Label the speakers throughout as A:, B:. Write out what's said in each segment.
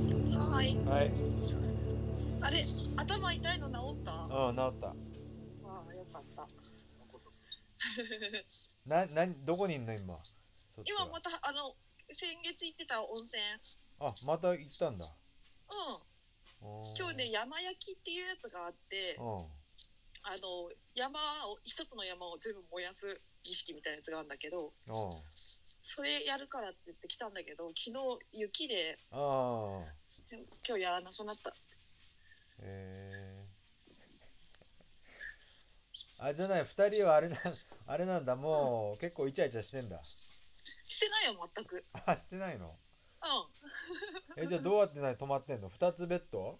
A: はい。
B: あれ頭痛いの治ったあ
A: うん、治った。
B: あよかった
A: な、なに、どこにいんの今。そっちは
B: 今またあの先月行ってた温泉
A: あ、また行ったんだ。
B: う
A: お
B: ん
A: ー
B: 今日ね。山焼きっていうやつがあって
A: うん。
B: あの山を一つの山を全部燃やす儀式みたいなやつがあるんだけど
A: うん。
B: それやるからって言ってきたんだけど昨日雪で
A: ああ。
B: 今日やらなくなった
A: えー。あ、じゃない、二人はあれな、 あれなんだ、もう、結構イチャイチャしてんだ。
B: してないよ全くうん
A: あ、してないの。え、じゃ、あどうやってな、泊まってんの、二つベッド。
B: うん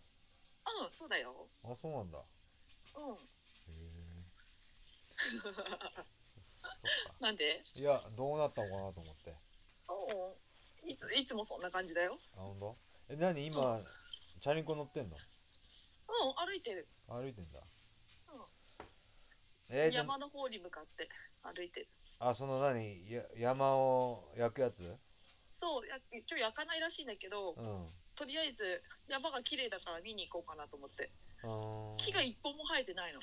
B: そうだよ
A: あ、そうなんだ。
B: うん
A: へえ。
B: なんで
A: いや、どうなったのかなと思って。
B: うんいついつもそんな感じだよ
A: あ、本当。え、なに、今。チャリンコ乗ってん
B: うん
A: の。
B: 歩いてる
A: 歩いてん
B: う
A: だ。
B: ん
A: えー、じゃ
B: 山の方に向かって歩いてる
A: あその何や山を焼くやつ
B: そうや今日焼かないらしいんだけど
A: うん
B: とりあえず山が綺麗だから見に行こうかなと思って
A: あー
B: 木が一本も生えてないの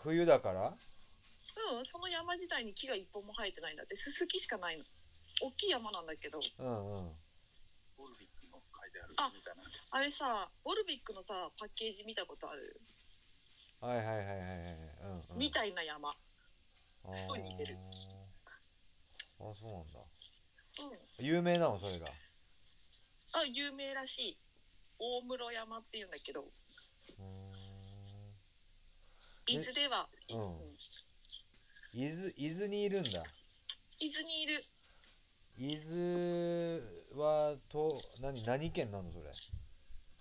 A: ふ冬だから
B: うんその山自体に木が一本も生えてないんだってススキしかないの大きい山なんだけど
A: うんうん
C: ボルビックの書いてある
B: あ
C: みたいな。
B: あれさボルビックのさパッケージ見たことある
A: はいはいはいはいはいうん、うん、
B: みたいな山うん
A: あー
B: すごい似てる
A: あそうなんだ有名なのそれが
B: あ有名らしい大室山っていうんだけど
A: う
B: 伊豆では、
A: えうん
B: うん
A: ーん伊豆伊豆にいるんだ
B: 伊豆にいる
A: 伊豆はと何何県なのそれ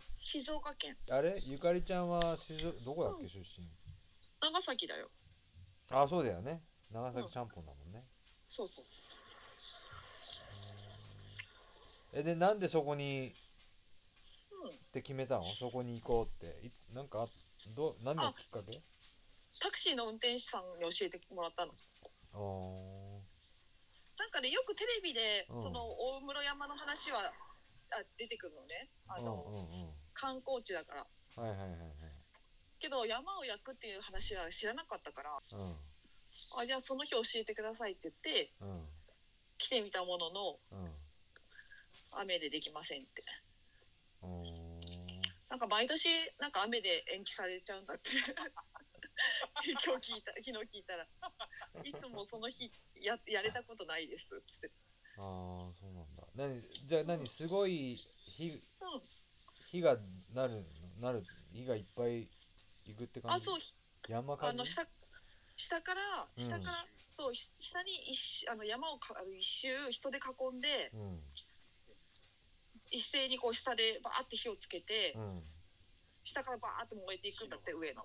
B: 静岡県
A: あれゆかりちゃんは静どこだっけ出身
B: 長崎だよ
A: あそうだよね長崎ちゃんぽんだもんね
B: そうそうそう
A: えでなんでそこに
B: うん
A: って決めたのそこに行こうっていつなんかあどう何がきっかけ
B: タクシーの運転手さんに教えてもらったの
A: ああ
B: なんかねよくテレビで、
A: うん
B: その大室山の話はあ出てくるのねあ
A: ーうん
B: の、
A: うん
B: 観光地だから
A: うんはいはいはいはい
B: けど山を焼くっていう話は知らなかったから
A: う
B: あじゃあその日教えてくださいって言って
A: んうん
B: 来てみたものの
A: うん
B: 雨でできませんって
A: う
B: なんか毎年なんか雨で延期されちゃうんだって 今日聞いた昨日聞いたらいつもその日ややれたことないですっつって、
A: ーんあーそうなんだ何じゃあ何すごい火
B: うん、
A: 火がなるなる火がいっぱい行くって感
B: あ
A: じ
B: そう
A: 山
B: あ
A: 火
B: の
A: 事
B: 下下から
A: うん
B: 下から、そうひ下に一周あの山をかあの一周人で囲んで
A: うん
B: 一斉にこう下でバーって火をつけて、
A: うん
B: 下からバーって燃えていくんだって上の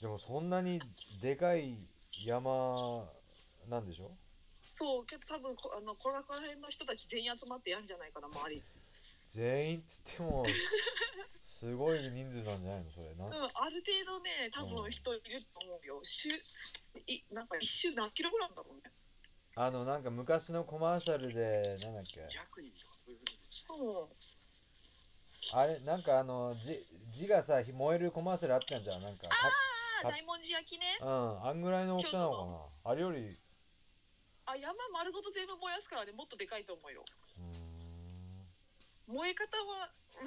A: でもそんなにでかい山なんでしょ
B: そうけど多分こあのこらこら辺の人たち全員集まってやんじゃないかな周り
A: 全員っつってもすごい人数なんじゃないのそれな
B: うんある程度ね多
A: うん
B: 分人いると思うよ週いなんか一周何キロぐらいなんだろうね
A: あのなんか昔のコマーシャルでなんだっけ
C: 200人とかそういうふう
B: う
C: に
B: ん
A: あれなんかあのじ字がさ燃えるコマーシャルあったんじゃんなんか
B: ああ大文字焼きね
A: あうんあんぐらいの大きさなのかなあれよりう
B: あ山丸ごと全部燃やすからねもっとでかいと思うよ
A: ーん
B: 燃え方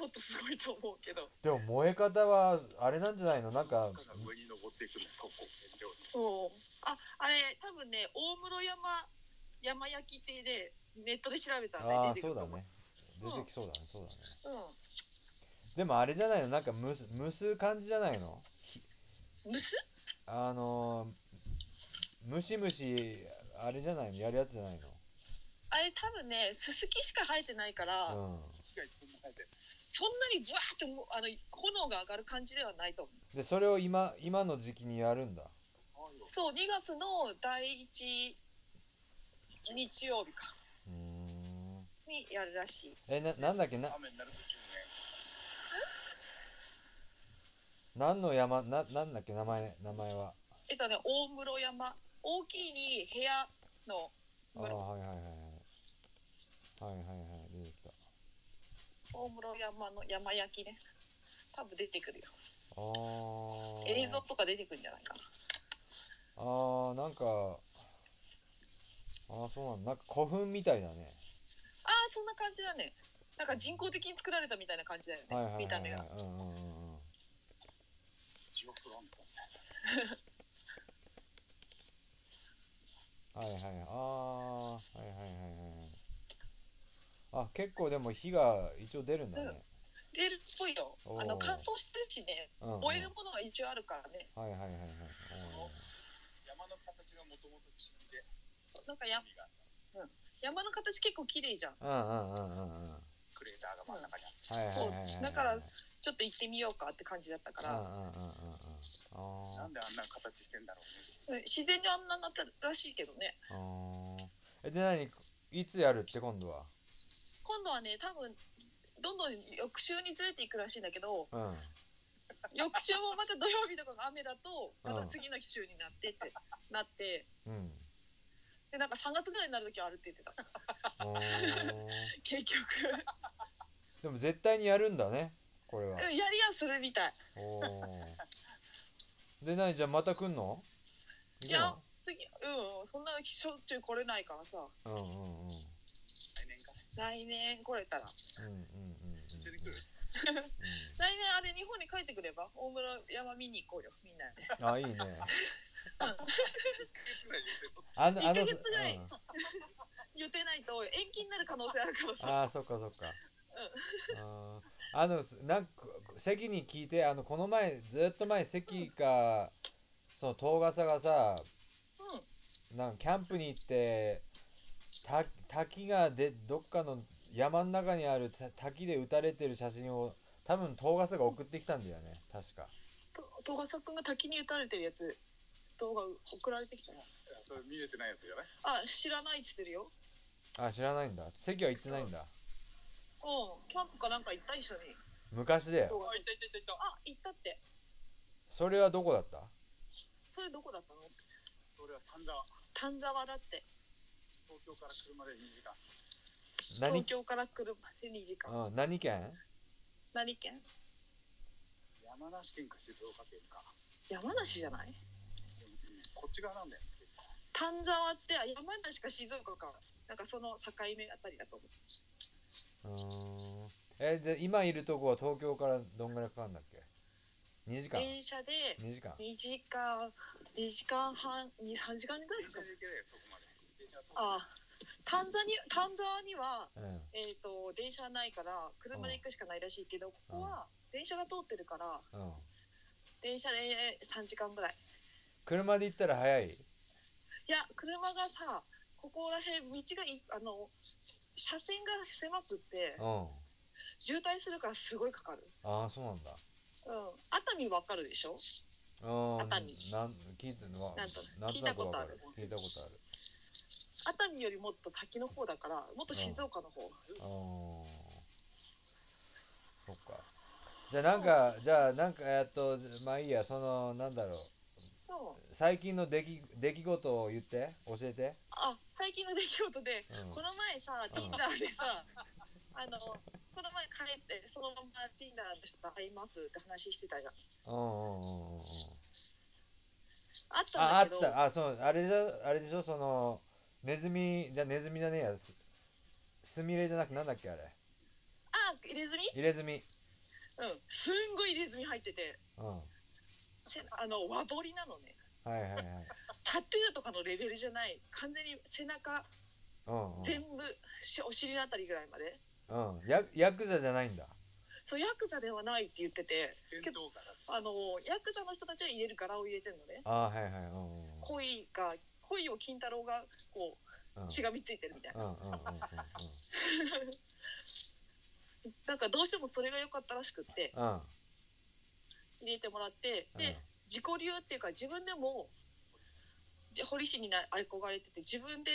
B: はもっとすごいと思うけど
A: でも燃え方はあれなんじゃないのなんか
C: なんか上に登っていくの、ここ、燃料に。
B: そうああれ多分ね大室山山焼きってでネットで調べたらね
A: ああ
B: 出てくると
A: そうだ
B: 思
A: ね出てきそうだねそうだね
B: う
A: でもあれじゃないのなんか蒸す蒸す感じじゃないの
B: うん蒸す
A: あのー、ムシムシあれじゃないのやるやつじゃない
B: あれ多分ねススキしか生えてないから、
A: のうん
C: 火が一本も入ってない
B: そんなにブワーってもうあの炎が上がる感じではないと思う
A: でそれを今今の時期にやるんだ
C: ああよ
B: そう2月の第1日曜日か
A: うーん
B: にやるらしい
A: えななんだっけな
C: 雨になると10年。
A: 何の山ななんだっけ名前名前は
B: えっとね大室山大きいに部屋の
A: ああ
B: 室
A: はいはいはいはいはいはいはいで
B: 大室山の山焼きね多分出てくるよ
A: あー
B: 映像とか出てくるんじゃないかな
A: あーなんかあーそうなんだなんか古墳みたいだ
B: あ
A: ね
B: あそんな感じだねなんか人工的に作られたみたいな感じだよね、
A: はいはいはい、はい、
B: 見た目が
A: うんうんうんうん
C: ジオフロント
A: はいはいああーはいはいはいはいあ結構でも火が一応出るんだね、
B: 出るっぽいよ
A: おー
B: あの乾燥してるしね
A: うんうん、
B: 燃えるものは一応あるからね
A: はいはいはいはいはい
C: 山の形がもともと地味で
B: なんかや
C: 海が
B: 山の形結構綺麗じゃん
A: うんうんうんうんうん
C: クレーターが真ん中にあっ
A: は
C: て
A: いはいはいはい
B: そうだからちょっと行ってみようかって感じだったか
A: う
B: ら、
A: んうんうんうんうんあー
C: なんであんな形してんだろうね
B: うん自然にあんなになったらしいけどね
A: あーえで何いつやるって今度は
B: 今度はね多分どんどん翌週にずれていくらしいんだけど
A: うんあ
B: 翌週もまた土曜日とかが雨だと
A: うん
B: また次の週になってってなって
A: うん
B: でなんか3月ぐらいになる時はあるって言ってた
A: あー
B: 結局
A: でも絶対にやるんだねこれ
B: う
A: は
B: んやりやするみたい
A: おーで何じゃあまた来んの
B: い
A: 行
B: や次うんそんなしょっちゅう来れないからさ
A: くのうんうんうんうんうんうん
C: 来
B: 来年
C: 年か
B: 来れたら
C: 一緒に来る
A: う
B: 来年あれ日本に帰ってくれば大室山見に行こうよみんなで
A: んあいいね
C: いつぐらい予定とか
A: あ
B: 1
A: のあ
B: ヶ
A: の、うん
B: 月ぐらい予定ないと延期になる可能性あるからさ
A: あーそっかそっかあーあのすなんか関に聞いてあのこの前ずっと前関がその東笠がさ
B: うん
A: なんかキャンプに行ってた滝がでどっかの山の中にあるた滝で撃たれてる写真を多分東笠が送ってきたんだよね確か
B: と戸笠君が滝に打たれてるやつ動画送られてきたな
C: それ見れてないやつじゃない
B: あ知らないっつってるよ
A: あ知らないんだ関は行ってないんだ
B: うんキャンプかなんか行った一緒に
A: 昔だよ
B: 動画あ行った行った行ったあ行ったって
A: それはどこだった
B: それどこだったの
C: それは
B: 丹
C: 丹沢
B: 沢だって
C: 東京から車で2時間
A: 何
B: 東京から車で2時間
A: うん、何県
B: 何県
C: 山梨県か静岡県か
B: 山梨じゃない
C: うんうんこっち側なんだよ
B: 丹沢ってあ山梨か静岡かなんかその境目あたりだと思う
A: うーんえじゃあ今いるとこは東京からどんぐらいかかるんだっけ2時間
B: 電車で
A: 2時間
B: 2時間2時間半23時間ぐらい
C: 電
B: かな
C: 車で行けないよそこまで電車は
B: あ丹沢に丹沢には
A: うん
B: えー、と電車ないから車で行くしかないらしいけどここは電車が通ってるから
A: うん
B: 電車で3時間ぐらい
A: 車で行ったら早い
B: いや車がさここら辺道がいあの車線が狭くって
A: うんあ
B: 渋滞するからすごいかかる、
A: あーそうなんだ
B: うん、熱海わかるでしょ
A: うん
B: 熱海
A: なん聞いてのは
B: なんと
A: なんとなくわかる聞
C: 聞
A: い
C: い
A: たこ
C: たこと
B: 熱海よりもっと先の方だからもっと静岡の方、
A: あるうんそっかじゃあなんかじゃあなんかえっとまあいいやそのなんだろう
B: そう
A: 最近の出来出来事を言って教えて
B: あ最近の出来事で
A: うん
B: この前さ Tinder でさあのこの前帰ってそのまま Tinder の人と会いますって話してたじゃん
A: うんうんうんうんうん
B: あった
A: あ、あ
B: んだけ
A: っ
B: ど
A: た、あ、そう、あれじゃ、あれでしょ、その、ネズミ、じゃ、ネズミじゃねえや、す、スミレじゃなく、なんだっけ、あれ。
B: あ入れ墨
A: 入れ墨。うん。
B: うんすんごい入れ墨入ってて
A: は
B: せあの和彫りなのね
A: いはいはい。
B: タトゥーとかのレベルじゃない完全に背中
A: うん、うん。
B: 全部しお尻のあたりぐらいまで
A: うん、ヤク、ヤクザじゃないんだ。
B: そうヤクザではないって言ってて
C: 電動から
B: あのヤクザの人たちは入れる柄を入れてるのね
A: あ、はいはい、うん、うん
B: 恋が恋を金太郎がこう
A: うん。
B: しがみついてるみたいな
A: うん、うん、うん、うん、うん。
B: なんかどうしてもそれが良かったらしくって
A: うん、うん
B: 入れてもらってで自己流っていうか自分でもじ彫り師にな憧れてて自分で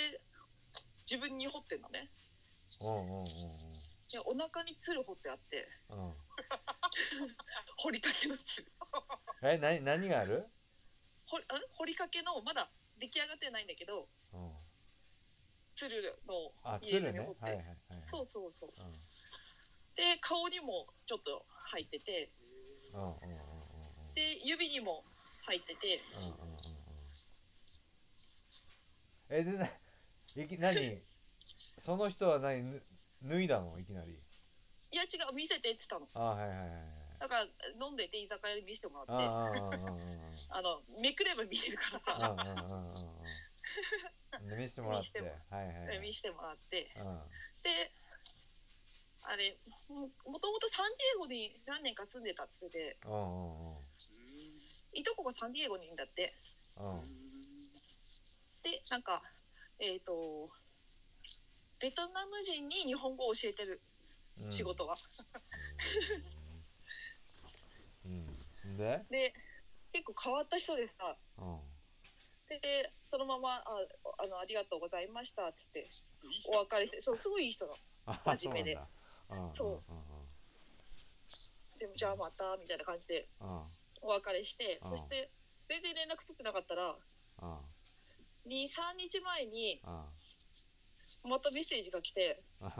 B: 自分に彫ってんのね
A: うん、うん、うん、
B: でお腹に鶴彫ってあって
A: う
B: 掘りかけの鶴
A: ん。え、なに、何がある。
B: 掘りあれ掘りかけのまだ出来上がってないんだけど
A: うん。
B: 鶴の
A: あ、
B: 入れ
A: 鶴
B: 墨
A: ね
B: を掘っ。て、
A: はい、はい、はい。
B: そうそうそうで顔にもちょっと入ってて
A: うんうんうんうんうん
B: で指にも入ってて
A: うんうんうんえでないき何その人は何ぬ脱いだのいきなり
B: いや違う見せてって言ったの
A: あはいはいはいはい
B: だから飲んでて居酒屋で見せても
A: ああ
B: らって
A: ああああ
B: あ
A: あ
B: のめくれば見えるからさ
A: あああああああで見せてもらってはいはいはい
B: 見せてもらって
A: うん
B: であれももともとサンディエゴに何年か住んでたっつってて
A: うんうんうん
B: いとこがサンディエゴにいんだって
A: うん
B: でなんかえっ、とベトナム人に日本語を教えてる
A: うん
B: 仕事は、
A: うんで
B: で結構変わった人でさ
A: うん
B: でそのままああの「ありがとうございました」って言ってお別れしてそうすごいいい人なの
A: あ
B: 真面目で
A: そうなんだ
B: そうでもじゃあまたみたいな感じで
A: うんうんうんうんうん
B: お別れして
A: うん
B: そして全然連絡取ってなかったら23日前に
A: うん
B: またメッセージが来て
A: うん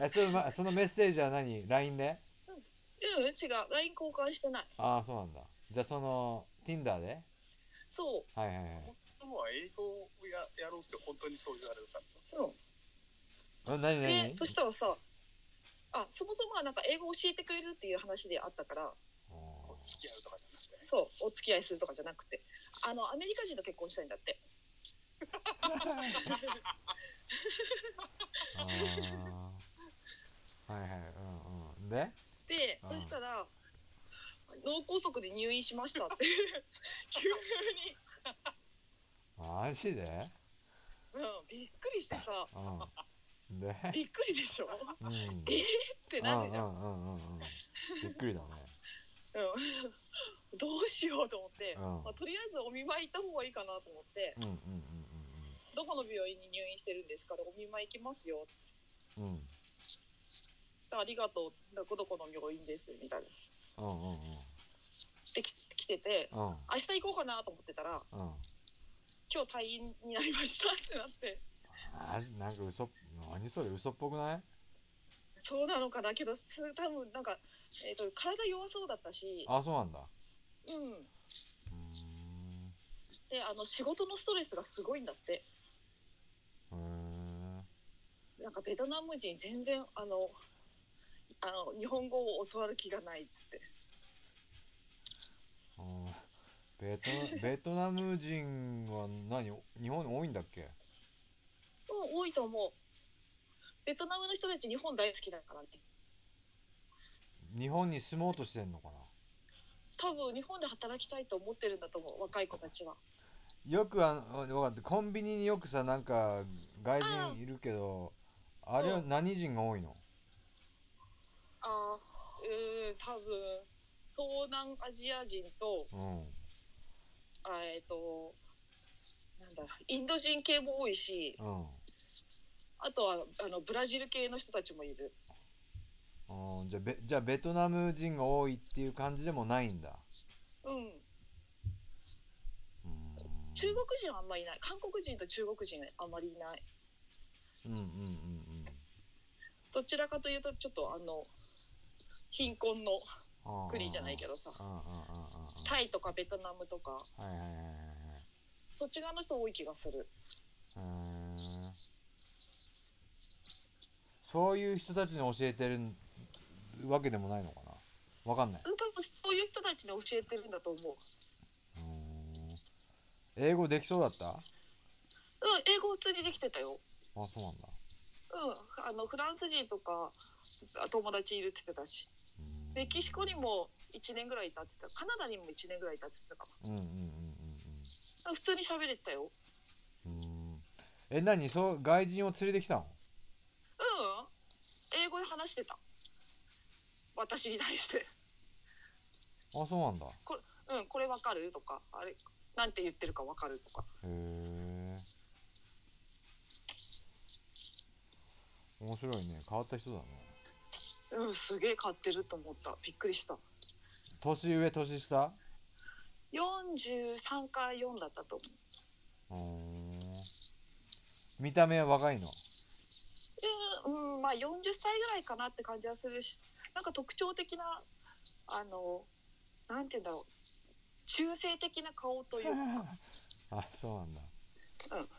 A: えそのまそのメッセージは何 ?LINE で
B: 「うん違う LINE 交換してない
A: ああそうなんだじゃあその Tinder で
B: そう
A: はいはいはい
C: もは英語をややろうって本当にそう言われるからさ。」
A: うん何
B: で
A: 何
B: そしたらさあそもそもはなんか英語教えてくれるっていう話であったから
A: おー
C: 付き合うとかじゃなくてね。
B: そうお付き合いするとかじゃなくてあのアメリカ人と結婚したいんだって
A: あーはいはいうんうんで
B: でそしたら脳梗塞で入院しましたって 急に、
A: マジで
B: うん、びっくりしてさ
A: うんで
B: びっくりでしょっ
A: うん
B: てなるじゃん、
A: うんうんうんうんうんびっくりだね
B: うん どうしようと思って、
A: うん
B: まあ、とりあえずお見舞い行った方がいいかなと思って
A: うんうんうん
B: どこの病院に入院してるんですかでお見舞い行きますよ
A: うんうんうん
B: ありがとうどこどこの病院ですみたいな
A: うんうん
B: でき来てて
A: うんう
B: 明
A: ん
B: 日行こうかなと思ってたら
A: うん
B: 今日退院になりましたってなって
A: あなんか嘘っ何それ嘘っぽくない
B: そうなのかなけどそれ多分なんか、えー、と体弱そうだったし、
A: あそうなんだう
B: うん、
A: ー
B: であの仕事のストレスがすごいんだって
A: んへ
B: なんかベトナム人全然あのあの日本語を教わる気がないっつって
A: えベトナベトナム人は何日本に多いんだっけ
B: うん多いと思うベトナムの人たち日本大好きだからね
A: 日本に住もうとしてんのかな
B: 多分日本で働きたいと思ってるんだと思う若い子たちは
A: よくあの分かったコンビニによくさなんか外
B: あ
A: 人いるけどあれは何人が多いの
B: ああうん多分東南アジア人と
A: うん
B: あえっ、となんだインド人系も多いし
A: うん
B: あとはあのブラジル系の人たちもいる
A: うんじゃあベじゃあベトナム人が多いっていう感じでもないんだ
B: うん
A: うーん
B: 中国人はあんまりいない韓国人と中国人あんまりいない
A: うんうんうんうん
B: どちらかというとちょっとあの貧困の
A: あー
B: 国じゃないけどさ
A: うんうんうんうんうん
B: タイとかベトナムとか
A: はいはいはいはいはい
B: そっち側の人多い気がする
A: うーんそういう人たちに教えてるわけでもないのかなわかんない
B: うん多分そういう人たちに教えてるんだと思う
A: うーん英語できそうだった
B: うん英語普通にできてたよ
A: あそうなんだ
B: うんあのフランス人とかあ友達いるって言ってたし
A: うーん
B: メキシコにも1年ぐらいいたって言ってたカナダにも1年ぐらいいたって言ってたか
A: うんうんうんうんうん
B: な普通に喋れてたようん
A: うーんえ何そう外人を連れてきたの
B: 英語で話してた私に対して
A: あそうなんだ
B: うんこれわかるとかあれなんて言ってるかわかるとか
A: へえ面白いね変わった人だね
B: うんすげえ買ってると思ったびっくりした
A: 年上年下
B: 43か4だったと思う
A: うーん見た目は若い
B: え
A: の
B: ーうんままあ40歳ぐらいかなって感じはするしなんか特徴的なあのなんて言うんだろう中性的な顔というか
A: あそうなんだ
B: うん
A: あー中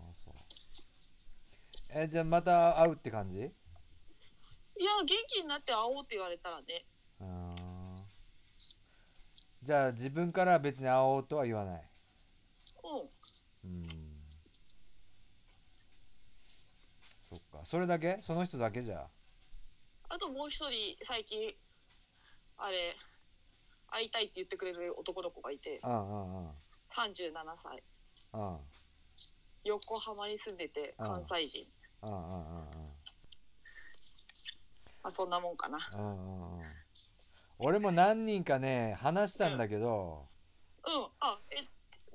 A: あそうえじゃあまた会うって感じ
B: いや元気になって会おうって言われたらね
A: うーんじゃあ自分からは別に会おうとは言わない
B: うん
A: うんそっかそれだけその人だけじゃ
B: あともう一人最近あれ会いたいって言ってくれる男の子がいて
A: うんうんうん
B: 37歳
A: うん
B: 横浜に住んでて
A: うん
B: 関西人、
A: うんうんうんうん
B: まあ、そんなもんかな
A: うんうんうん俺も何人かね話したんだけど、
B: うんあえ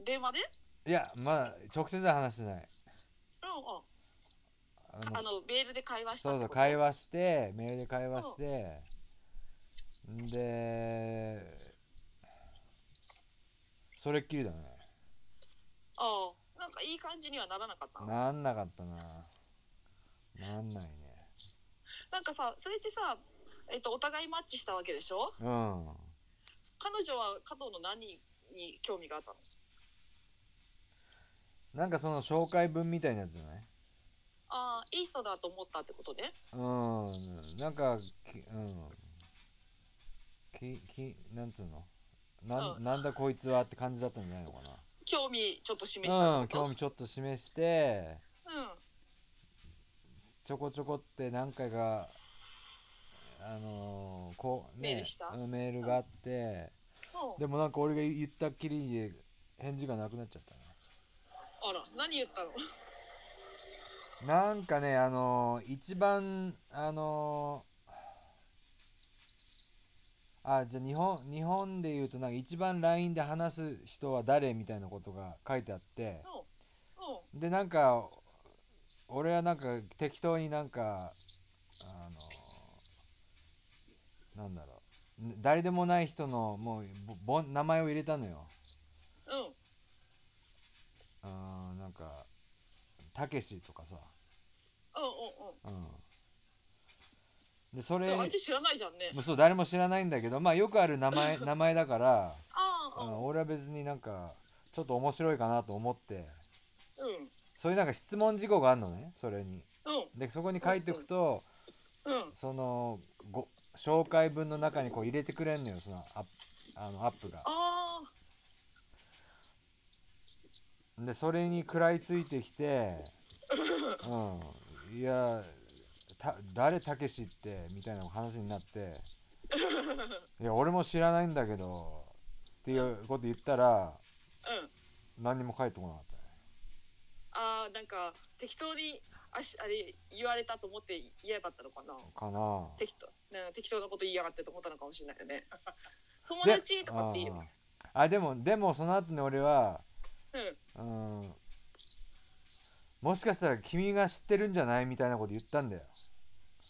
B: 電話で
A: いやまあ直接は話してない
B: うん
A: あ
B: うんあのメールで会話した
A: そうそ
B: 話
A: う会話してメールで会話してんでそれっきりだね
B: ああなんかいい感じにはならなかったな
A: なんなかったななんないね
B: んかさそれってさえっとお互いマッチしたわけでしょ
A: うん
B: 彼女は加藤の何に興味があったの
A: なんかその紹介文みたいなやつじゃない
B: ああいい人だと思ったってことね
A: うんなんかきうんききなんつうのなん
B: う
A: なんだこいつはって感じだったんじゃないのか
B: 興味ちょっと示した
A: なうん
B: ってこと
A: 興味ちょっと示して
B: うん
A: ちょこちょこって何回かあのーこうね
B: メールした
A: うんメールがあって、
B: うん
A: でもなんか俺が言ったっきりで返事がなくなっちゃった
B: あら、何言ったの？
A: ななんかねあのー一番あのーあじゃあ日本日本で言うとなんか一番 LINE で話す人は誰みたいなことが書いてあって
B: うん、
A: でなんか俺はなんか適当になんかあのなんだろうん誰でもない人のもうぼぼ名前を入れたのよ
B: うん、
A: あーなんかたけしとかさ、
B: う
A: うん、でそ
B: ん、うん、う
A: れ
B: ん。相手知らないじゃんね。
A: そう誰も知らないんだけどまあよくある名前名前だから、
B: ああ、
A: う
B: うん、うん
A: ん、、俺は別になんかちょっと面白いかなと思って
B: う
A: そういうなんか質問事項があるのねそれに
B: ん、
A: でそこに書いておくと、
B: うん、
A: そのご紹介文の中にこう入れてくれんのよそのアップあのアップが
B: ああ、
A: でそれに食らいついてきてうんいやた誰たけしってみたいな話になっていや俺も知らないんだけどっていうこと言ったら
B: うん、
A: 何にも返ってこなかったね
B: ああ、なんか適当にあしあれ言われたと思って嫌だったのかな。
A: かな
B: 適当、なんか適当なこと言いやがってと思ったのかもしれないよ ね。友達とかっていう。
A: ああでもでもその後に俺は
B: うん、
A: うんもしかしたら君が知ってるんじゃないみたいなこと言ったんだよ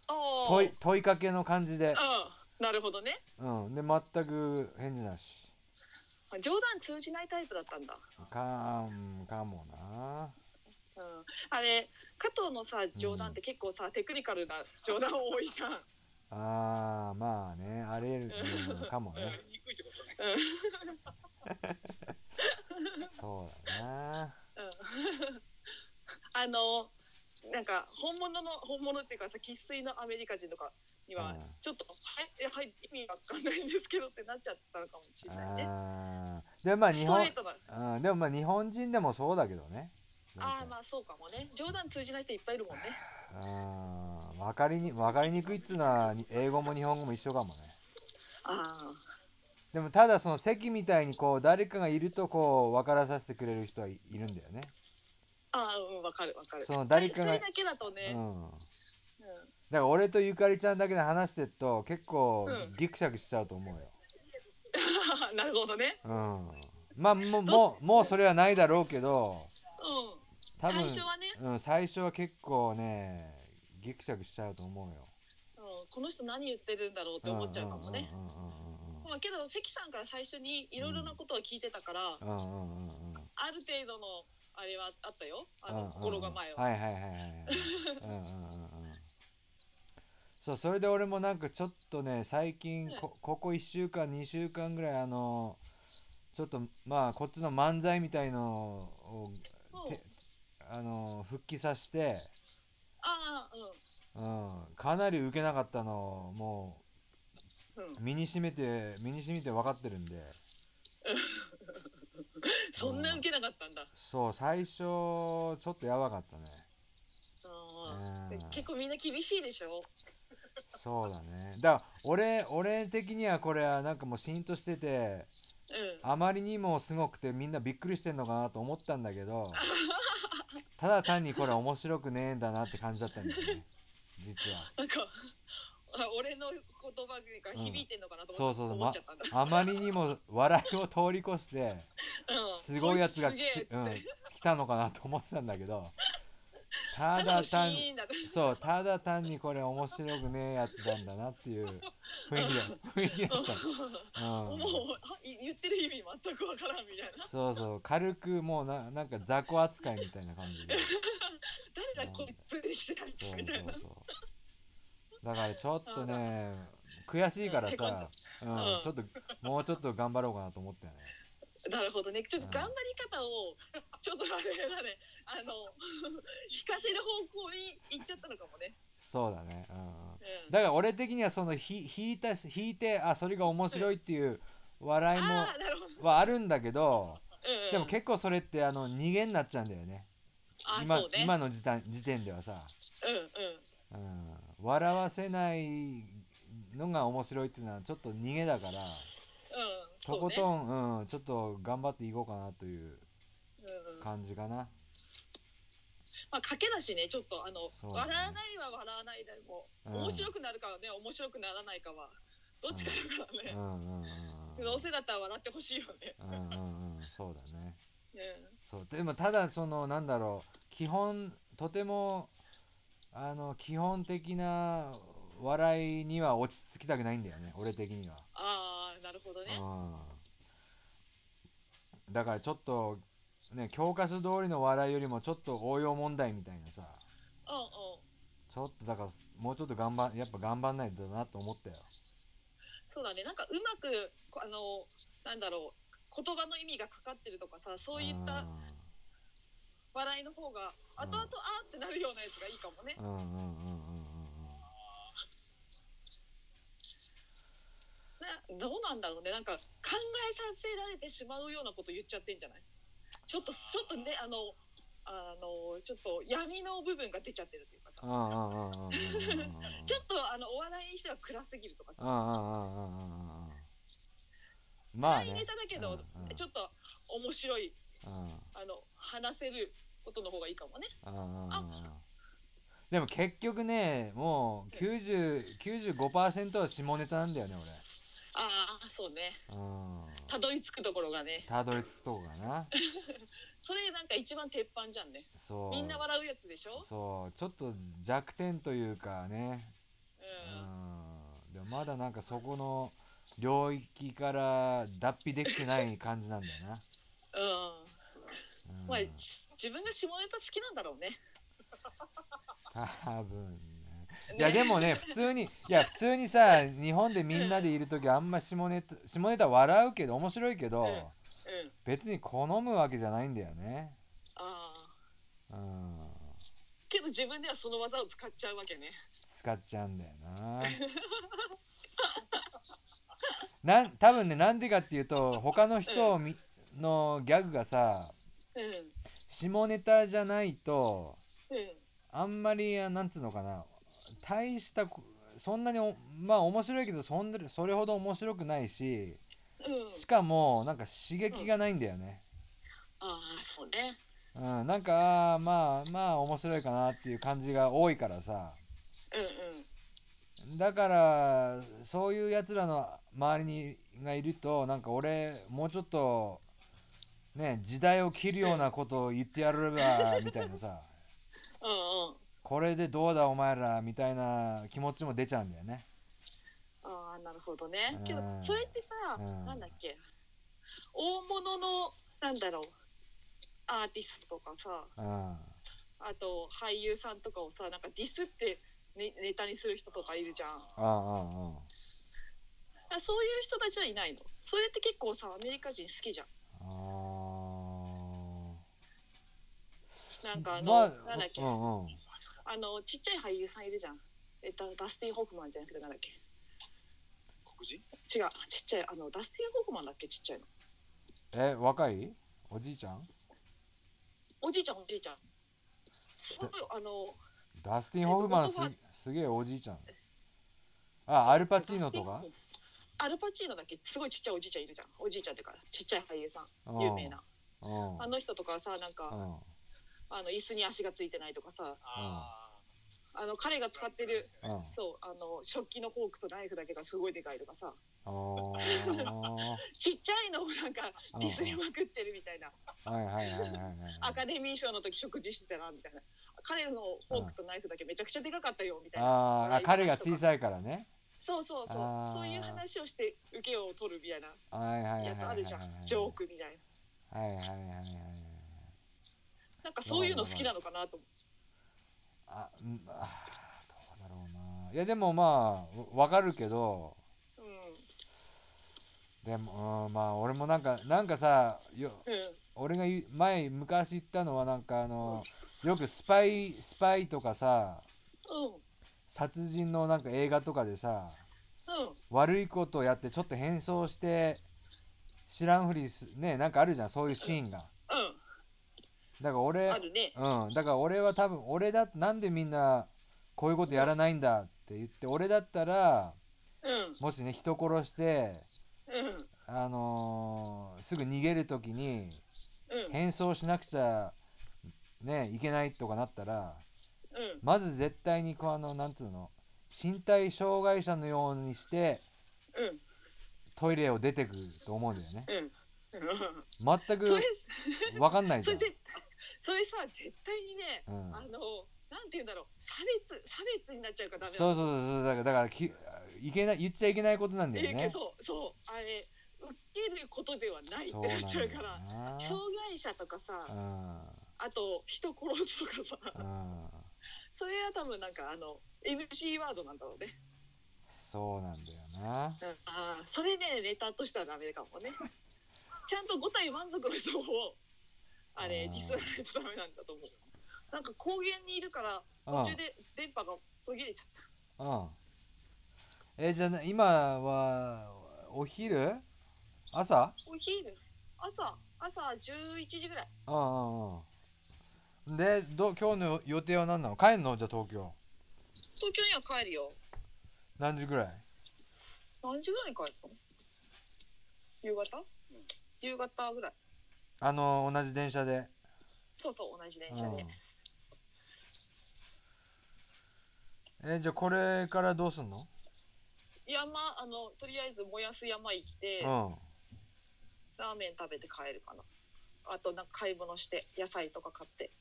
B: ああ、
A: 問い問いかけの感じで、
B: うん、なるほどね。
A: うん、で全く返事なし
B: あ冗談通じないタイプだったんだ。
A: かんかもな
B: うん、あれ加藤のさ冗談って結構さ、テクニカルな冗談多いじゃん。
A: あーまあねありえるうんかもね
C: うん憎いってことね。
B: うん。
A: そうだな
B: うん あのなんか本物の本物っていうかさ生粋のアメリカ人とかには
A: うん
B: ちょっと、はいえはい意味わかんないんですけどってなっちゃったのかもしれないね。
A: あーでもまあ
B: ス
A: 日
B: ト
A: 本
B: レートな
A: うん、でもまあ日本人でもそうだけどね
B: ああまあそうかもね冗談通じない人いっぱいいるもんね。
A: うん分かりに分かりにくいっていうのはに英語も日本語も一緒かもね
B: あ
A: でもただその席みたいにこう誰かがいるとこう分からさせてくれる人はいいるんだよね
B: あああうんわかるわかる。
A: その誰
B: 一
A: か
B: 人
A: が
B: だけだとね、
A: うん
B: うん
A: だから俺とゆかりちゃんだけで話してると結構
B: うん
A: ギクシャクしちゃうと思うよ。
B: なるほどね。
A: うん、まあもうもうもうそれはないだろうけど
B: う
A: 多
B: ん。最
A: 分
B: 初はね、
A: うん、最初は結構ねギクシャクしちゃうと思うよ。
B: うん、この人何言ってるんだろうって思っちゃうかもね。
A: うん
B: まあけど関さんから最初にいろいろなことを聞いてたから、
A: うんうんうんうんうんうんうんうん
B: ある程度のあれはあったよあ
A: うんうん
B: の
A: うん
B: 心構えは、
A: はいはいはいはい はいうんうんうんうんそうそれで俺もなんかちょっとね最近こここ1週間2週間ぐらいあのちょっとまあこっちの漫才みたいのを
B: そう
A: てあの復帰させて、
B: ああ
A: うん、かなり受けなかったのをも
B: うんうん
A: う身にしめて身にしみて分かってるんで
B: そんな受けなかったんだ
A: そう最初ちょっとやばかったね
B: あ
A: うん
B: ー結構みんな厳しいでしょ
A: そうだねだから俺俺的にはこれはなんかもうシーンとしてて
B: うん
A: あまりにもすごくてみんなびっくりしてんのかなと思ったんだけどただ単にこれ面白くねえんだなって感じだったんだよね実は
B: なんか あ俺の言葉が響いてんのかなと思,、
A: うんそうそう
B: 思っちゃったんだ、
A: あまりにも笑いを通り越して
B: うん
A: すごいやつが
B: こ
A: 来
B: いつすげえっつ
A: う
B: っ
A: ん
B: て、
A: 来たのかなと思ってたんだけど
B: た
A: た
B: だ
A: だ
B: のシ
A: 単
B: ーンだった
A: そうただ単にこれ面白くねえやつなんだなっていう雰囲気だ雰囲気 だった、う
B: も
A: ん
B: う、あい言ってる意味全くわからんみたいな
A: そうそう軽くもうななんか雑魚扱いみたいな感じで。
B: 誰がこいつ連れてきてたん
A: そ
B: だ
A: うそ
B: みたいうな
A: そう。だからちょっとね、悔しいから
B: へこんじ
A: さ、うん、
B: うん
A: ちょっともうちょっと頑張ろうかなと思ったよね。
B: なるほどねちょっと頑張り方をちょっとあれだねあの引かせる方向に行っちゃったのかもね、
A: そうだね。うんうん。
B: うん、
A: だから俺的にはそのひ引いた引いてあそれが面白いっていう笑い
B: ああなるほど、
A: もはあるんだけど、
B: うんうん、
A: でも結構それってあの逃げになっちゃうんだよね。
B: あ
A: 今
B: そうね
A: 今の時点時点ではさ、
B: うんうん
A: うん、笑わせないのが面白いっていうのはちょっと逃げだから。
B: うん
A: と
B: そう
A: こ
B: ね
A: とん、うん、ちょっと頑張っていこうかなという
B: うんうん
A: 感じかな。
B: まあ賭けだしねちょっとあの、
A: そうだ
B: 笑
A: ね
B: わないは笑わないでも、
A: うん
B: 面白くなるかはね面白くならないかはどっちかだからね、
A: うんうんうんうん。
B: どうせだったら笑ってほしいよね。
A: うんうんうん、そうだね。
B: うん
A: そう、でもただそのなんだろう、基本とてもあの基本的な笑いには落ち着きたくないんだよね、俺的には。
B: ああなるほどね。
A: うん。だからちょっとね、教科書通りの笑いよりもちょっと応用問題みたいなさ、
B: うんうん。
A: ちょっとだからもうちょっと頑張やっぱ頑張んないとなと思ったよ。
B: そうだね。なんかうまくこあのなんだろう言葉の意味がかかってるとかさそういった
A: ん
B: 笑いの方が後々あーってなるようなやつがいいかもね
A: う。んうんうんうんうんうん
B: などうなんだろうね。なんか考えさせられてしまうようなこと言っちゃってんじゃない。ちょっとちょっとねあのあのちょっと闇の部分が出ちゃってるというかさ。
A: うんうんうんうんうんうんうんうんうんうんうんうん
B: ちょっとあのお笑いにしては暗すぎるとかさ。
A: うんうんまあ
B: 笑い
A: ね
B: ネタだけど、
A: うんうん
B: ちょっと面白いあの話せることの方がいいかもね。
A: うんうんうんうんでも結局ねもう90 95%は下ネタなんだよね
B: ああそうね。
A: 俺うん
B: たどり着くところがね
A: たどり着くとこかな
B: それなんか一番鉄板じゃんね
A: そう
B: みんな笑うやつでしょ
A: そうちょっと弱点というかね
B: うん
A: うんでもまだなんかそこの領域から脱皮できてない感じなんだよな、
B: うん
A: うん、
B: まあじ自分が下ネタ好きなんだろうね
A: 多分ねいやで もね普通にいや普通にさ日本でみんなでいる時あんま下ネタ下ネタ笑うけど面白いけど
B: うん
A: 別に好むわけじゃないんだよね
B: ああ
A: うん
B: けど自分ではその技を使っちゃうわけね
A: 使っちゃうんだよななん多分ねなんでかっていうと他の人をみのギャグがさ
B: うん
A: 下ネタじゃないと
B: うん
A: あんまりあなんつうのかな大したこそんなにおまあ面白いけどそんなそれほど面白くないし
B: うん
A: しかもなんか刺激がないんだよね、
B: ああそうね
A: うん、なんかあーまあまあ面白いかなっていう感じが多いからさ
B: うんうん
A: だからそういうやつらの周りにがいるとなんか俺もうちょっとね時代を切るようなことを言ってやればみたいなさ
B: うんうん
A: これでどうだお前らみたいな気持ちも出ちゃうんだよね
B: ああなるほどねけど
A: うん
B: それってさ
A: うん
B: なんだっけ大物のなんだろうアーティストとかさ
A: うん
B: あと俳優さんとかをさなんかディスってネネタにする人とかいるじゃん
A: あああ
B: あそういう人たちはいないのそれって結構さアメリカ人好きじゃん
A: ああ
B: なんかあ
A: あ
B: の、なんだっけ、
A: うんうん
B: あのちっちゃい俳優さんいるじゃんえっとダスティン・ホークマンじゃなくてなんだっけ
C: 黒人
B: 違うちっちゃいあのダスティン・ホークマンだっけちっちゃいの
A: え若いおじいちゃん
B: おじいちゃんおじいちゃんすごいあの
A: ダスティン・ホフマンすすげえおじいちゃんあアルパチーノとか
B: アルパチーノだっけすごいちっちゃいおじいちゃんいるじゃんおじいちゃんっていうかちっちゃい俳優さん
A: うん
B: 有名な
A: うん
B: あの人とかはさなんか
A: うん
B: あの椅子に足がついてないとかさ
C: あ
B: あの彼が使ってる
A: うんあ
B: そうあの食器のフォークとナイフだけがすごいでかいとかさ
A: ー
B: ちっちゃいのをなんか
A: うん
B: ディスりまくってるみたいな
A: はいはいはいはいはい
B: アカデミー賞の時食事してたなみたいな彼のフォークとナイフだけめちゃくちゃでかかったよみたいな
A: あーあ彼が小さいからね
B: そうそうそ
A: あ
B: う
A: ー
B: そういう話をして受けを取るみたいな
A: はいはいはいはい
B: や
A: はい
B: つ
A: は
B: あ
A: い
B: るじゃんジョークみたいな
A: はいはいはいはい
B: なんかそういうの好きなのかなと思って
A: あうんあーどうだろうないやでもまあわかるけど
B: う
A: でも、うん、まあ俺もなんかなんかさよ
B: んうん
A: 俺が言う前昔言ったのはなんかあのよくスパイスパイとかさ
B: うん
A: 殺人のなんか映画とかでさ
B: うん
A: 悪いことをやってちょっと変装して知らんふりすねなんかあるじゃんそういうシーンがだか
B: う
A: ら俺
B: ん、あるね。
A: うんだから俺は多分俺だなんでみんなこういうことやらないんだって言って俺だったら
B: う
A: もしね人殺して
B: ん、うん、
A: あのーすぐ逃げる時に
B: うん、
A: 変装しなくちゃねいけないとかなったら
B: うん、
A: まず絶対にこうあのなんつうの身体障害者のようにして
B: うん、
A: トイレを出てくと思うんだよね
B: うん。そ
A: 全
B: れ
A: く、分かんない
B: そ
A: じゃ
B: れ
A: ん、
B: ぜ、それさ、絶対にね、
A: うん、
B: あの、なんて言うんだろう、差別、差別になっちゃうからダメ
A: そう
B: だ。
A: そうそうそうだからだからきいけない言っちゃいけないことなんだ
B: え
A: よ
B: え
A: ね
B: そう、そう、あれ、受けることではないって
A: そう
B: な
A: な
B: っ
A: ん
B: ち
A: だ
B: ゃう
A: よ
B: から。
A: な
B: 障害者とかさ、
A: うん
B: あと人殺すとかさ、
A: うん
B: それは多分なんかあの MC ワードなんだろうね。
A: そうなんだよな
B: うん、あーそれねネタとしてはダメかもねちゃんと5体満足の人をあれ
A: あー
B: ディスらないとダメなんだと思うなんか高原にいるから
A: うん
B: 途中で電波が途切れちゃっ
A: うんえじゃあな今はお昼朝
B: たお昼朝朝11時ぐらい
A: うんうんうんでど今日の予定は何なの帰んのじゃあ東京
B: 東京には帰るよ
A: 何時ぐらい
B: 何時ぐらいに帰るの夕方、夕方ぐらい
A: あの同じ電車で
B: そうそう同じ電車で、
A: うん、えじゃあこれからどうすんの
B: 山あのとりあえず燃やす山行って、ラ
A: うん
B: ーメン食べて帰るかなあとなんか買い物して野菜とか買って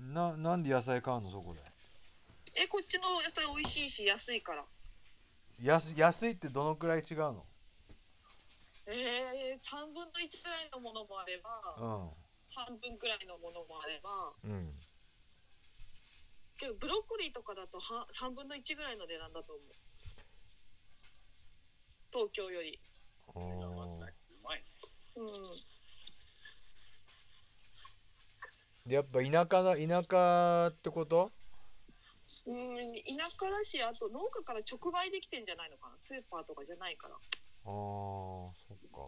A: ななんで野菜買うのそこで
B: えこっちの野菜美味しいし安いから
A: 安安いってどのくらい違うの
B: えー、3分の1ぐらいのものもあれば半分くらいのものもあれば
A: うんうん
B: けどブロッコリーとかだとは3分の1ぐらいの値段だと思う東京より
A: お
C: あ、
A: ー
C: うまいね。
B: うん
A: やっぱ田舎だ田舎ってこと
B: うん田舎だしあと農家から直売できてんじゃないのかなスーパーとかじゃないから
A: ああそっか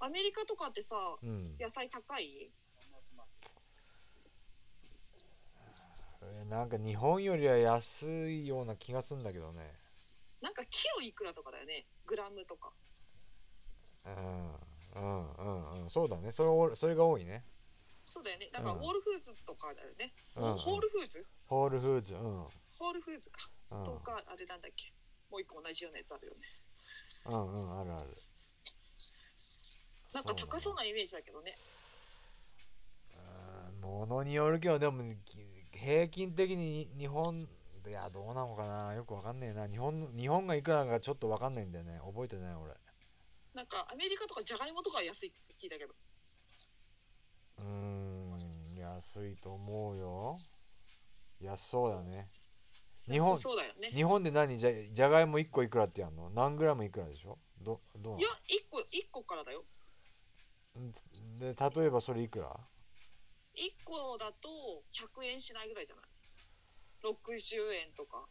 B: アメリカとかってさ
A: うん
B: 野菜高い
A: えなんか日本よりは安いような気がするんだけどね
B: なんかキロいくらとかだよねグラムとか
A: うんうんうんうんそうだねそれおそれが多いね
B: そうだよねだから
A: うん
B: ウォールフーズとかだよね、
A: うんうん
B: ホールフーズ
A: ホールフーズうんうん
B: ホールフーズかとか、あれなんだっけもう一個同じようなやつあるよね。
A: うんうんあるある
B: なんか高そうなイメージだけどね。
A: うんものによるけどでもき平均的に日本いやどうなのかなよくわかんねえな日本日本がいくらかちょっとわかんないんだよね覚えてない俺
B: なんかアメリカとかジャガイモとかは安いって聞いたけど。
A: うーん安いと思うよ安そうだね日本
B: そうだよね。
A: 日本で何じゃじゃがいも1個いくらってやんの何グラムいくらでしょどどう
B: いや、一個、一個からだよ。
A: なので例えばそれいくら
B: 一個だと100円しないぐらいじゃない ?60 円とか。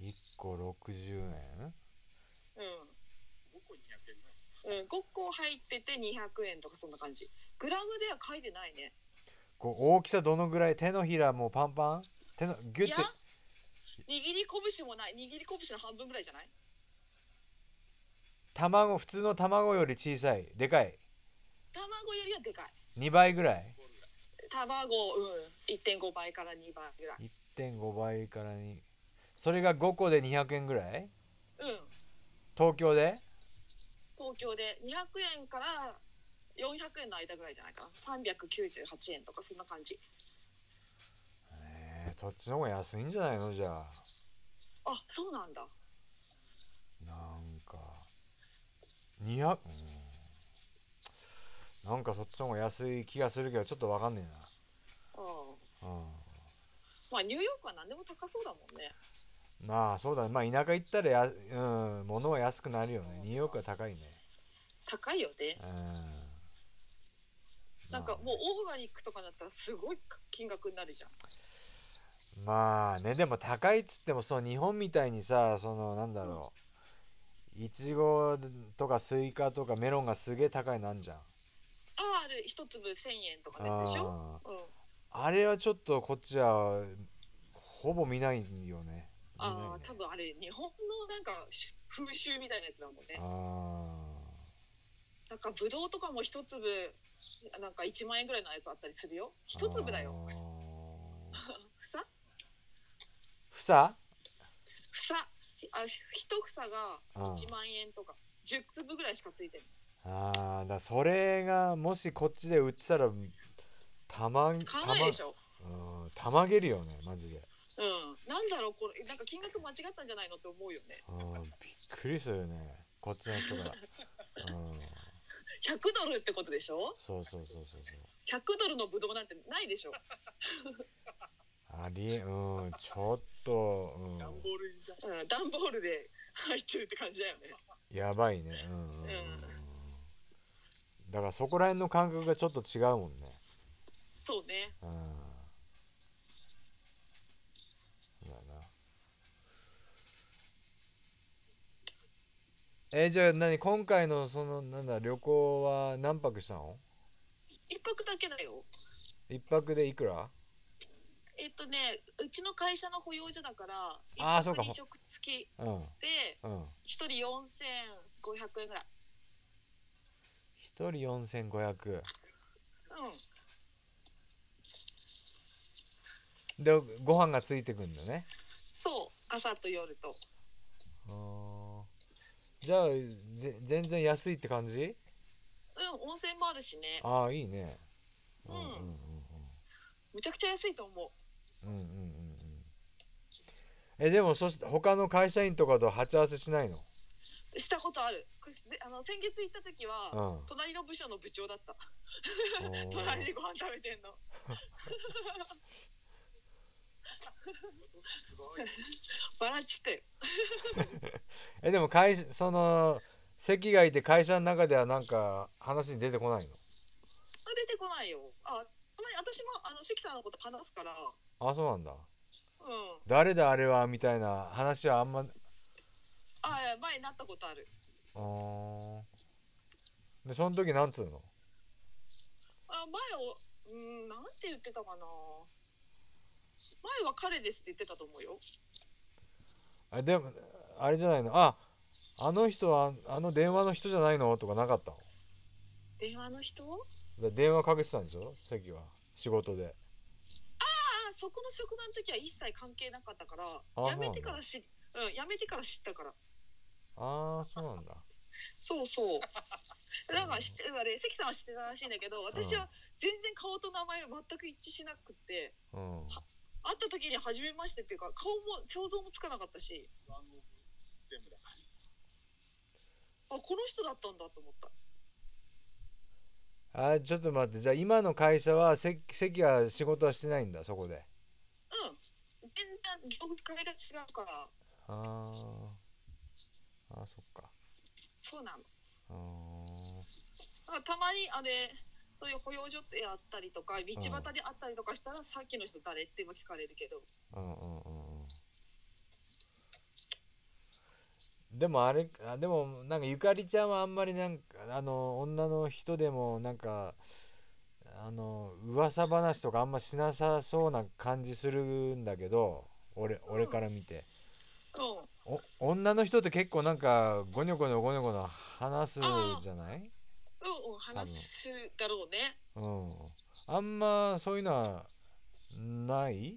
A: 1個60
B: うん。う
A: 円
B: ん、
C: 僕は200円ぐらい。
B: 5個入ってて200円とかそんな感じ。グラムでは書いてないね。
A: こう大きさどのぐらい手のひらもうパンパン手のギュ
B: い
A: ッ
B: や
A: て、
B: 握り拳もない。握り拳の半分ぐらいじゃない
A: 卵普通の卵より小さいでかい
B: 卵よりはでかい。
A: 2倍ぐらい
C: ゴールが。
B: 卵、うん。1.5倍から2倍ぐらい。
A: 1.5倍からにそれが5個で200円ぐらい
B: うん。
A: 東京で
B: 東京で200円から400円の間ぐらいじゃないかな。398円とかそんな感じ。
A: えー、そっちの方が安いんじゃないのじゃあ
B: あ、そうなんだ。
A: なんか200、うん、なんかそっちの方が安い気がするけどちょっとわかんね
B: うん。
A: えな、うん、
B: まあニューヨークは何でも高そうだもんね。
A: まあそうだねまあ田舎行ったらや、うん、物は安くなるよねニューヨークは高いね
B: 高いよね。
A: うん
B: なんかもうオーガニックとかだったらすごい金額になるじゃん。
A: まあねでも高いっつってもその日本みたいにさそのなんだろういちごとかスイカとかメロンがすげえ高いなんじゃん
B: あーある一粒1000円とかのやつでしょ。う
A: あー
B: ん。
A: あれはちょっとこっちはほぼ見ないよね見ない
B: ああ
A: ね
B: 多分あれ日本のなんか風習みたいなやつだもんね。
A: あ
B: なんかブドウとかも一粒なんか1万円ぐらいのやつあったりするよ。一粒だ よ。房
A: ふさ
B: 房あ一房が1万円とか10粒ぐらいしかついてる。
A: あーだそれがもしこっちで売ってたらたま
B: 考
A: たま
B: えでしょ。
A: うんたまげるよねマジで
B: うん。なんだろうこれなんか金額間違ったんじゃないのって思うよね。
A: うんびっくりするよねこっちの人が、うん、
B: 100ドルってことでしょ
A: そうそうそうそうそう
B: ?100 ドルのブドウなんてないでしょ。
A: ありえうんちょっと、
C: 段ボ
A: う
C: ールにさ。
B: うん、段ボールで入ってるって感じだよね。
A: ん、やばいねうんうんうんうんだからそこら辺の感覚がちょっと違うもんね
B: そうね。
A: うんそうだなえじゃあ何今回のそのなんだ旅行は何泊したの
B: 一泊だけだよ。
A: 一泊でいくら
B: えっとね、うちの会社の保養所だから、
A: あー
B: 一
A: そうか
B: 泊二食付き
A: うん
B: で、
A: うん
B: 一人4500円ぐらい。
A: 一人4500
B: うん。
A: でご飯がついてくんだね
B: そう、朝と夜と。
A: あーじゃあぜ全然安いって感じ
B: うん、温泉もあるしね。
A: ああいいねうんうん
B: むちゃくちゃ安いと思う。
A: うんうんうんうんうんうんえでもそして他の会社員とかと鉢合わせしない
B: したことある。くしであの先月行った時
A: の
B: は、
A: うん
B: 隣の部署の部長だった。
A: おー
B: 隣でご飯食べてんの。
C: すごい。
B: 笑っちって。
A: えでも会その席がいて会社の中ではなんか話に出てこな
B: あ
A: い
B: 出てこないよ。あ、たまに私もあの関さんのこと話すから。う
A: のあそうなんだ
B: ん。
A: 誰だあれはみたいな話はあんま
B: あ、いや前なったことある。
A: あーでその時なんつう
B: あ、
A: の
B: 前を、うん、なんて言ってたかな。前は彼ですって言ってたと思うよ。
A: あでもあれじゃないのああの人はあの電話の人じゃないのとかなかったの
B: 電話の人。あ、
A: だ電話かけてたんでしょ席は仕事で
B: そこの職場の時は一切関係なかったから。
A: あ
B: 辞めてからし、うん、辞めてから知ったから。
A: ああそうなんだ
B: そうそう。だから、知って、あれ、関さんは知ってたらしいんだけど、私は全然顔と名前が全く一致しなくって。
A: うん
B: 会った時に初めましてっていうか、顔も想像もつかなかったし。
C: ワンオブ全部だ。
B: あこの人だったんだと思った
A: あちょっと待ってじゃあ今の会社は関関は仕事はしてないんだそこで
B: うん全然業界が違うから
A: あーあそっか
B: そうなの
A: うーん
B: だからたまにあれそういう保養所であったりとか道端であったりとかしたらさっきの人誰って今聞かれるけど
A: うんうんうんうんでもあれあでもなんかゆかりちゃんはあんまりなんかあの女の人でもなんかあの噂話とかあんましなさそうな感じするんだけど俺俺から見て、
B: うん
A: お女の人って結構なんかゴニョゴニョゴニョゴニョ話すじゃない
B: うんうん話すだろうね
A: うんあんまそういうのはない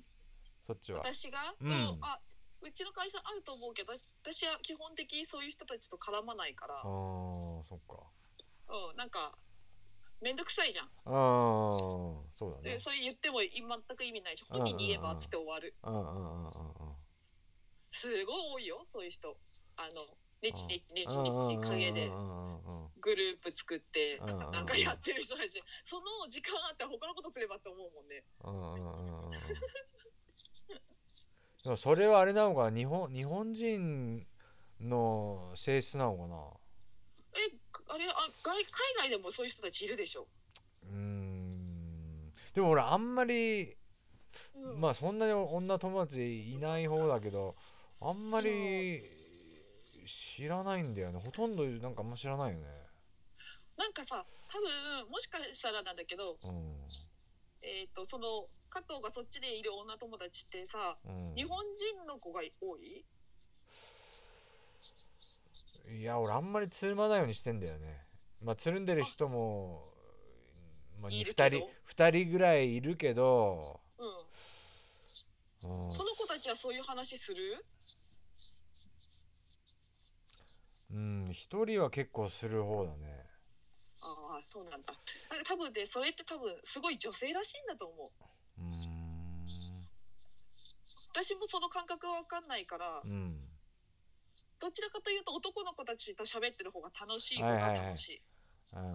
A: そっちは
B: 私が、
A: うん
B: あうちの会社あると思うけど私は基本的にそういう人たちと絡まないから
A: あ、ーそっか
B: うん、なんか面倒くさいじゃん、
A: ああそうだね
B: でそれ言っても全く意味ないし本人に言えばっつって終わる
A: うんうんうんうんうん
B: すごい多いよそういう人あのねちねちねちねち陰で
A: うんうんうんうん
B: グループ作って
A: うんうんうん
B: なんかやってる人たちその時間あったら他のことすればって思うもんね
A: うんうんうんうんうんでもそれはあれなのか日本日本人の性質なのかな
B: えあれあ外海外でもそういう人たちいるでしょ、
A: うーんでも俺あんまり
B: うん
A: まあそんなに女友達いない方だけどあんまり知らないんだよねほとんどなんかあんま知らないよね
B: なんかさ多分もしかしたらなんだけど
A: う
B: えっ、とその加藤がそっちでいる女友達ってさ
A: ん、うん、
B: 日本人の子が多い
A: いや俺あんまりつるまないようにしてんだよねまあつるんでる人も、まあ、
B: い
A: 2
B: る
A: 人
B: けど
A: 2人ぐらいいるけど、
B: うん
A: うん、
B: その子たちはそういう話する
A: うん、1人は結構する方だね
B: ああそうなんだなんか多分でそれって多分すごい女性らしいんだと思う
A: うー
B: 私もその感覚は分かんないから
A: んうん
B: どちらかというと男の子たちと喋ってる方が楽しい
A: はいはいはい
B: 方が楽しい
A: あー
B: なん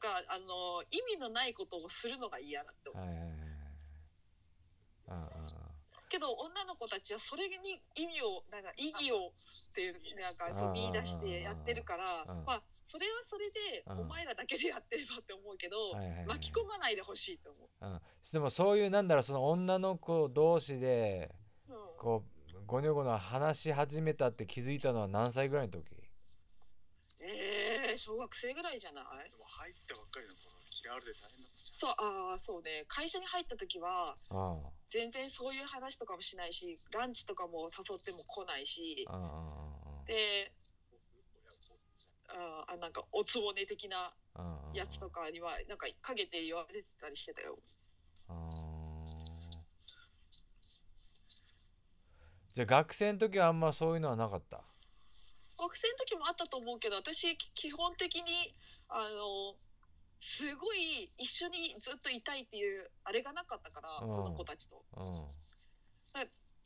B: かあのー意味のないことをするのが嫌だって思う
A: はいはいはいあ
B: けど女の子たちはそれに意味をなんか意義をっていうなんかそう見出してやってるから
A: うん
B: まあそれはそれ
A: う
B: で
A: ん
B: お前らだけでやってればって思うけど
A: はいはいはい
B: 巻き込まないでほしいと
A: ーうんでもそういうなんだろうその女の子同士で
B: 思う、うん、
A: こうごにょごにょ話し始めたって気づいたのは何歳ぐらいの時
B: えー、小学生ぐらいじゃない
C: でも入ってばっかりのこのキラールで大変だ
B: そうあ
C: った
B: あそうね会社に入った時は
A: うんうんうん
B: 全然そういう話とかもしないしランチとかも誘っても来ないし
A: うん
B: であーあなんかおつぼね的な
A: うんうんうん
B: やつとかにはなんか陰で言われてたりしてたよ
A: うーんじゃあ学生の時はあんまそういうのはなかった
B: 学生の時もあったと思うけど私基本的にあのすごい一緒にずっといたいっていうあれがなかったから
A: うん
B: その子たちと
A: うん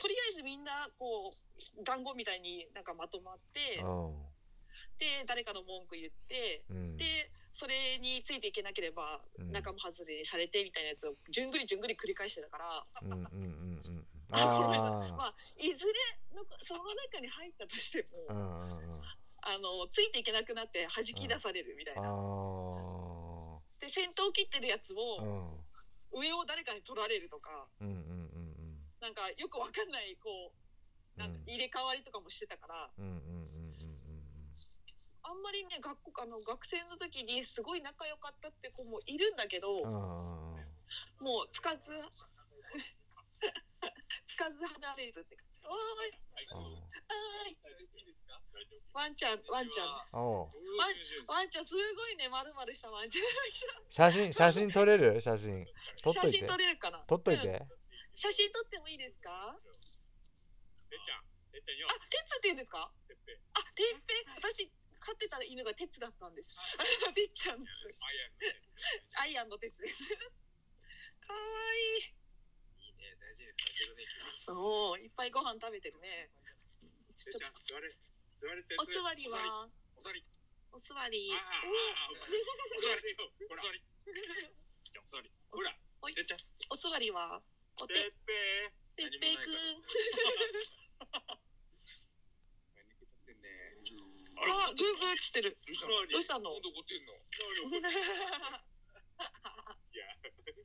B: とりあえずみんなこう団子みたいになんかまとまって
A: うん
B: で誰かの文句言って
A: うん
B: でそれについていけなければ
A: うん
B: 仲間外れにされてみたいなやつをじゅんぐりじゅんぐり繰り返してたから、
A: うんうんうんうん
B: ごめんな
A: あ
B: まあ、いずれのその中に入ったとして
A: あう
B: も、
A: んうん
B: あ
A: うん
B: のついていけなくなって弾き出されるみたい
A: あ
B: な、
A: ー
B: で先頭を切ってるやつ
A: うん
B: を上を誰かに取られるとか
A: うんうん
B: なんかよくわかんないこう
A: うんうん
B: な
A: うん
B: んか入れ替わりとかもしてたから、
A: うんうんうんうんうんうん
B: あんまりね学校あの学生の時にすごい仲良かったって子もいるんだけど、
A: うんうんうん
B: もうつかず つかず離れずって感じ。おーいあーいワンちゃんワンちゃん
A: あおう
B: ワンちゃんすごいねまるまるしたワンちゃん。
A: 写真写真撮れる写真撮っと
B: 写真
A: いて
B: 撮れるかな。
A: 撮っとい
B: うん
A: て
B: 写真撮ってもいいですか。あ、テツって言うんですか。あ、てっぺ私飼ってた犬がテツだったんです。てっちゃんです。アイアンのテツです。かわいい。おお、いっぱいご飯食べてるね。ちょっとお座りは。
C: お座り。
B: お座り
D: あ。あ、ああ、お座り。ほら、お座り。お座り。ほら、てっちゃん。
B: お座りは。おて
D: てっぺ
B: てっぺいくん。
D: 何食ってんね。
B: あ、グーグーっつってる。
D: ど今度怒ってんの。いや、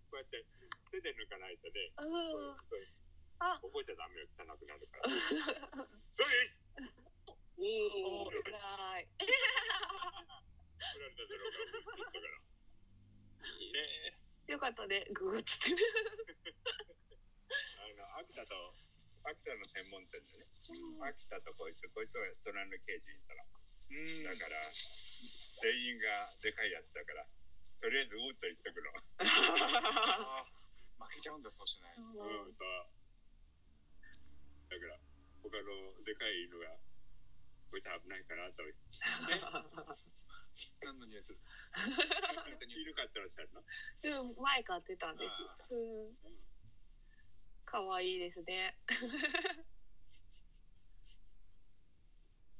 D: こうやって手で抜かないとね。
B: うん
D: あ、覚えちゃダメよ、汚くなるから。それ。おお、取られた、
B: 偉い。
D: そ
B: よ
D: れが、言ったから。いいね。
B: かったね。グーグーっつってる。
D: あの、秋田と。秋田の専門店でね。秋田とこいつ、こいつは隣の刑事にいたら。だから。全員がでかいやつだから。とりあえず、うーっと言っとくの。
C: あー負けちゃうんだそうしないと
D: うん、歌。だから、他のでかいのが、こいつ危ないかなと。
C: 何のニュース
D: いるかってらっしゃるの
B: うん、前買ってたんです。うん。可愛いですね。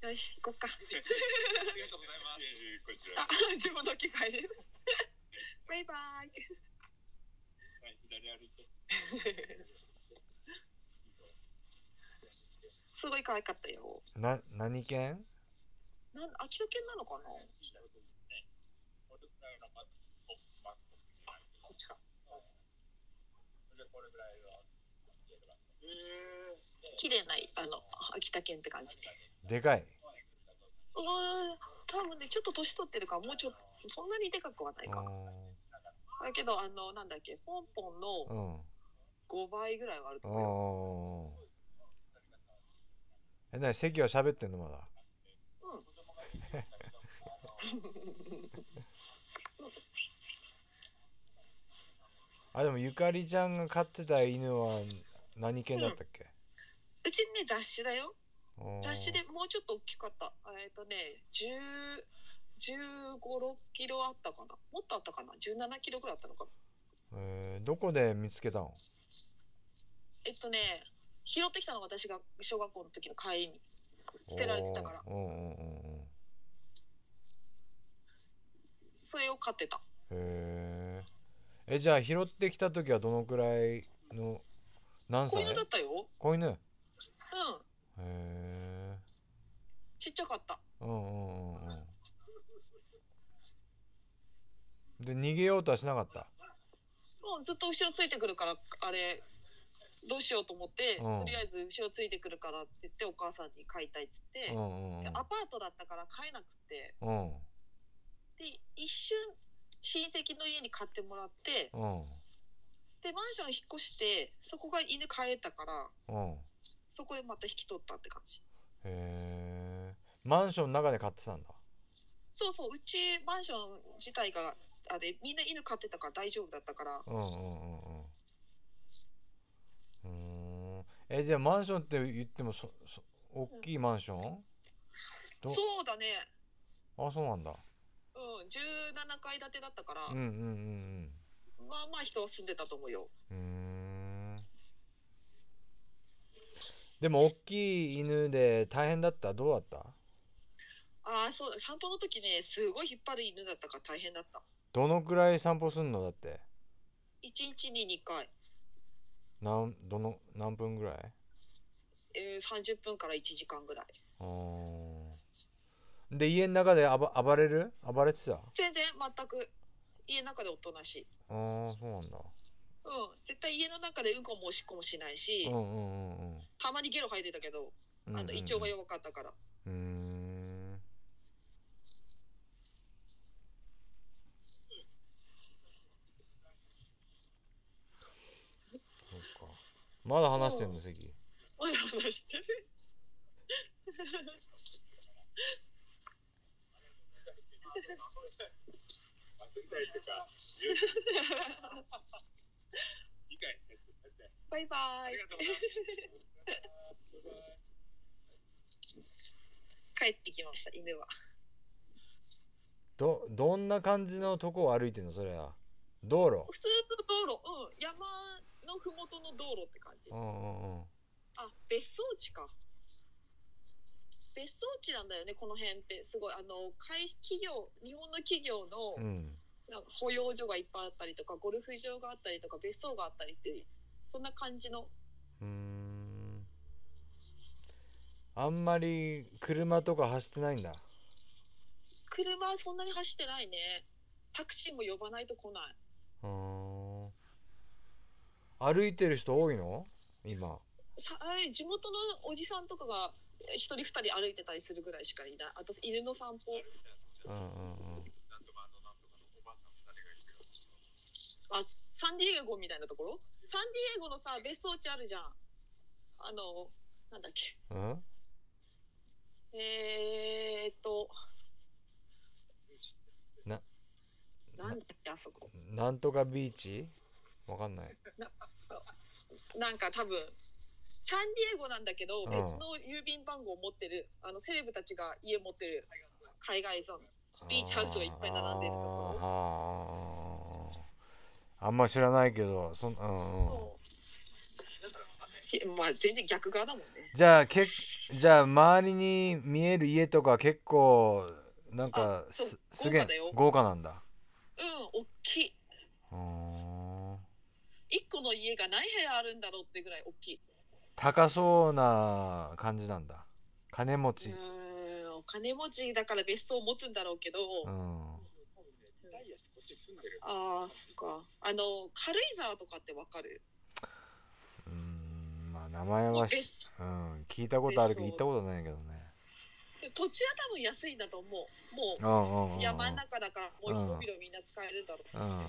B: よし、行こっ か。
D: あ
C: りがとうございます
D: こちら
B: あ、、自分の機会です。バイバイ。
D: 左歩いて。
B: すごい可愛かったよ。
A: な何犬
B: なん、秋田犬なのかな。
D: こっちか。
B: 綺麗な、あの、秋田犬って感じ。
A: でかい、
B: うーん、多分ね、ちょっと年取ってるから、もうちょっと、そんなにでかくはないか。だけど、あの、なんだっけ、ポンポン
A: う
B: の
A: んうん
B: 5倍ぐらいはあると思うよ。
A: おーえなに席は喋ってんのまだ
B: うん。
A: あでもゆかりちゃんが飼ってた犬は何犬だったっけ、
B: うちね、雑種だよ。
A: おー
B: 雑誌でもうちょっと大きかった。えっ、とね、10 15、6キロあったかな。もっとあったかな。17キロぐらいあったのかな。
A: えーどこで見つけたの
B: えっとね、拾ってきたのは私が小学校の時の帰りに捨てられてたから、
A: おーうんうんうんうん
B: それを飼ってた。
A: へええじゃあ拾ってきた時はどのくらいの何
B: 子
A: 歳
B: 犬だったよ。うん。
A: 子犬へえ
B: ちっちゃかった。
A: うんうんうんうんで逃げようとはしなかった
B: うん、ずっと後ろついてくるから、あれ、どうしようと思って、
A: うん
B: とりあえず後ろついてくるからって言って、お母さんに飼いたいっつって、
A: うんうんうん
B: でアパートだったから飼えなくて、
A: うん
B: で、一瞬、親戚の家に飼ってもらって、
A: うん
B: でマンション引っ越してそこが犬飼えたから
A: うんへ
B: そこでまた引き取ったって感じ
A: えマンションの中で飼ってたんだ
B: そうそううちマンション自体があれみんな犬飼ってたから大丈夫だったから
A: うんうんうんうんうーんえじゃあマンションって言ってもそそ大きいマンションど
B: そうだね
A: あそうなんだ
B: うん17階建てだったから、
A: うんうんうんうん
B: まあまあ人は住んでたと思うよ
A: うーんでも大きい犬で大変だったどうだった
B: ああそうだ散歩の時ねすごい引っ張る犬だったから大変だった
A: どのくらい散歩すんのだって
B: 1日に2回、
A: なんどの何分ぐらい
B: えー、30分から1時間ぐらいう
A: ーんで家の中で暴暴れる暴れてた
B: 全然全く家の中でおとなしい
A: あーそうなんだ
B: うん絶対家の中でうんこもおしっこもしないし、
A: うんうんうんうん
B: たまにゲロ吐いてたけどあ
A: うんうんう
B: の
A: ん
B: 胃腸が弱かったから、
A: うーんそっかまだ話してんの関
B: まだ話してる。
D: 理解して
B: バイバ
D: あり
B: イ
D: が。とうございます。
B: 帰ってきました、犬は。
A: どどんな感じのとこを歩いてんのそれは道路
B: 普通の道路、うん、山のふもとの道路って感じ。
A: うんうんうん
B: あ、別荘地か。別荘地なんだよねこの辺ってすごいあの会企業日本の企業の
A: うん
B: なんか保養所がいっぱいあったりとかゴルフ場があったりとか別荘があったりっていうそんな感じの
A: うーんあんまり車とか走ってないんだ
B: 車はそんなに走ってないねタクシーも呼ばないと来ないう
A: ーん歩いてる人多いの今
B: さあれ地元のおじさんとかがえ一人二人歩いてたりするぐらいしかいないあと犬の散歩
A: うんうんうん
D: なんとかあのなんとかのおばあさん二人がいる
B: あサンデ
D: よ。
B: ィエゴみたいなところサンディエゴのさ別荘地あるじゃんあのなんだっけ
A: うん
B: えー、っと
A: な
B: なんだっけあそこ
A: なんとかビーチわかんない
B: なんか多分サンディエゴなんだけど
A: うん
B: 別の郵便番号を持ってるあのセレブたちが家持ってる海外ゾーンビーチハウスがいっぱい並んでるとこ
A: あーあーあーあーあんま知らないけどそん、うんうん、
B: ひまあ全然逆側だもんね
A: じゃあけじゃあ周りに見える家とか結構なんか
B: あそう
A: すすげ
B: 豪
A: え
B: 華だよ
A: 豪華なんだ
B: うん大きいう
A: ーん
B: 一個の家が何部屋あるんだろうってぐらい大きい
A: 高そうな感じなんだ金持
B: う
A: ち
B: ーんお金持ちだから別荘を持つんだろうけど、
A: うん
C: ダイヤしてこっちに住んでる。
B: ああそっかあの軽井沢とかってわかる
A: うんまあ名前はし、
B: 別
A: うん、聞いたことあるけど
B: 別荘
A: 行ったことないけどね
B: 土地は多分安いんだと思うも
A: うんうんうんうん
B: う山の中だからもう
A: うん
B: 広々みんな使えるんだろう、
A: うん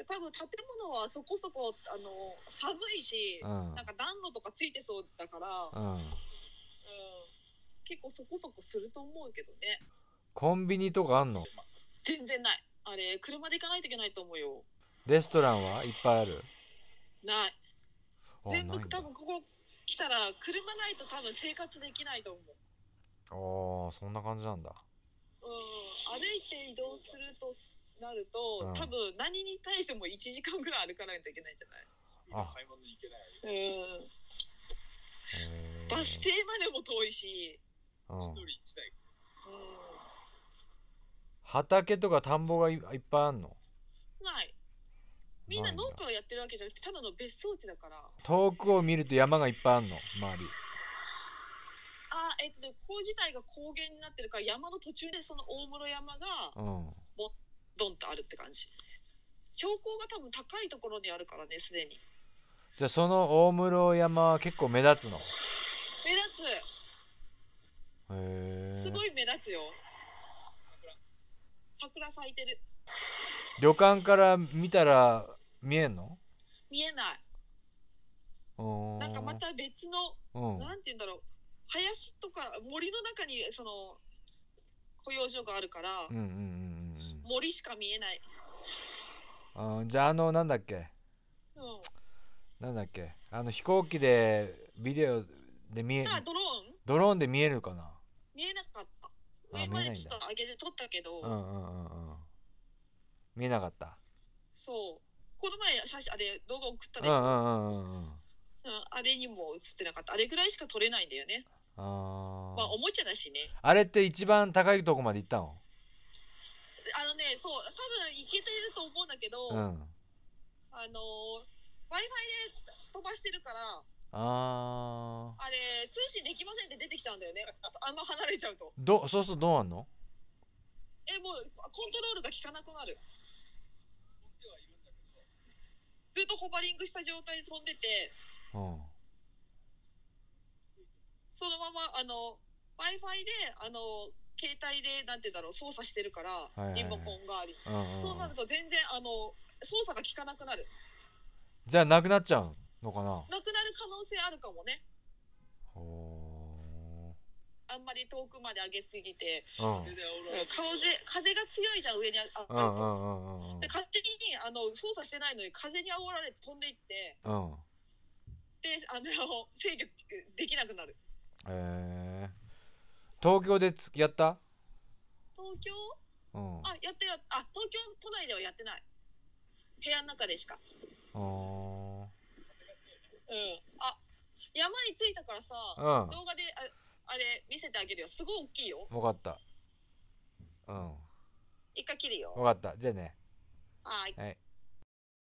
B: で多分建物はそこそこあの寒いし、
A: うん
B: なんか暖炉とかついてそうだから、うん、
A: うん
B: 結構そこそこすると思うけどね
A: コンビニとかあんの
B: 全然ないあれ車で行かないといけないと思うよ
A: レストランはいっぱいある
B: ない
A: あ
B: 全
A: な
B: 部
A: いんだ
B: 多分ここ来たら車ないと多分生活できないと思う
A: ああそんな感じなんだ
B: うん、歩いて移動するとなる
A: う
B: と、
A: ん
B: 多分何に対しても1時間ぐらい歩かないといけないんじゃない
A: あ
C: 買い物に行けない。
B: うん
A: へー
B: バス停までも遠いし、
A: うん
C: 一人一台。
B: う
A: 畑とか田んぼがいいっぱいあんの
B: ん、ないみんな
A: ないんだ
B: 農家をやってるわけじゃなくてただの別荘地だから
A: 遠くを見ると山がいっぱいあんの周り
B: あえっとねここ自体が高原になってるから山の途中でその大室山が
A: うん
B: ドンとあるって感じ標高が多分高いところにあるからねすでに
A: じゃあその大室山は結構目立つの
B: 目立
A: へ
B: つ
A: え
B: すごい目立つよ桜咲いてる
A: 旅館から見たら見えんの
B: 見えないう
A: ーん
B: なんかまた別の
A: うん
B: なんて言うんだろう林とか森の中にその保養所があるから、
A: うんうんうんうん
B: 森しか見えない、
A: うんうんじゃああのなんだっけ
B: うん、
A: なんだっけあの飛行機でビデオで見え
B: あドローン
A: ドローンで見えるかな
B: 見えなかった
A: あ
B: 上まで
A: 見えない
B: ち
A: ん
B: ょ
A: だ
B: っと上げて撮ったけど、
A: うんうんうんうん見えなかった
B: そうこの前写真あれ動画送った
A: う
B: で
A: ん
B: し
A: う
B: ょ、
A: んうんうんうん
B: うんあれにも映ってなかったあれぐらいしか撮れないんだよね
A: あ
B: まあ
A: ー
B: おもちゃだしね
A: あれって一番高いとこまで行ったの
B: であのねそう多分いけてると思うんだけど、
A: う
B: あの w i f
A: ん
B: i で飛ばしてるから
A: あー
B: あれ通信できませんって出てきちゃうんだよねあんま離れちゃうと
A: どそうするとどうなんの
B: えもうコントロールが効かなくなるずっとホバリングした状態で飛んでて
A: うん
B: そのままあの w i f i であの携帯でなんて言うんだろう操作してるから、
A: いはいはい
B: リモコンがあり
A: うんうんうん
B: そうなると全然あの操作が効かなくなる
A: じゃあなくなっちゃうのかな
B: なくなる可能性あるかもね
A: ほ
B: あんまり遠くまで上げすぎて
A: ーうん
C: で、で、
B: 風
C: 俺は
B: 風が強いじゃん上に上
A: う
B: が
A: ん
B: る
A: う
B: と。
A: んうんうんうん
B: で勝手にあの操作してないのに風に煽られて飛んでいって
A: うん
B: であの制御できなくなる
A: えー、東京でつやった
B: 東京
A: うん
B: あやってやあ東京都内ではやってない部屋の中でしか
A: あー
B: うんあ山に着いたからさ
A: うん
B: 動画でああれ見せてあげるよすごい大きいよ
A: 分かったうん
B: 一回切るよ
A: 分かったじゃあね
B: はい
A: はい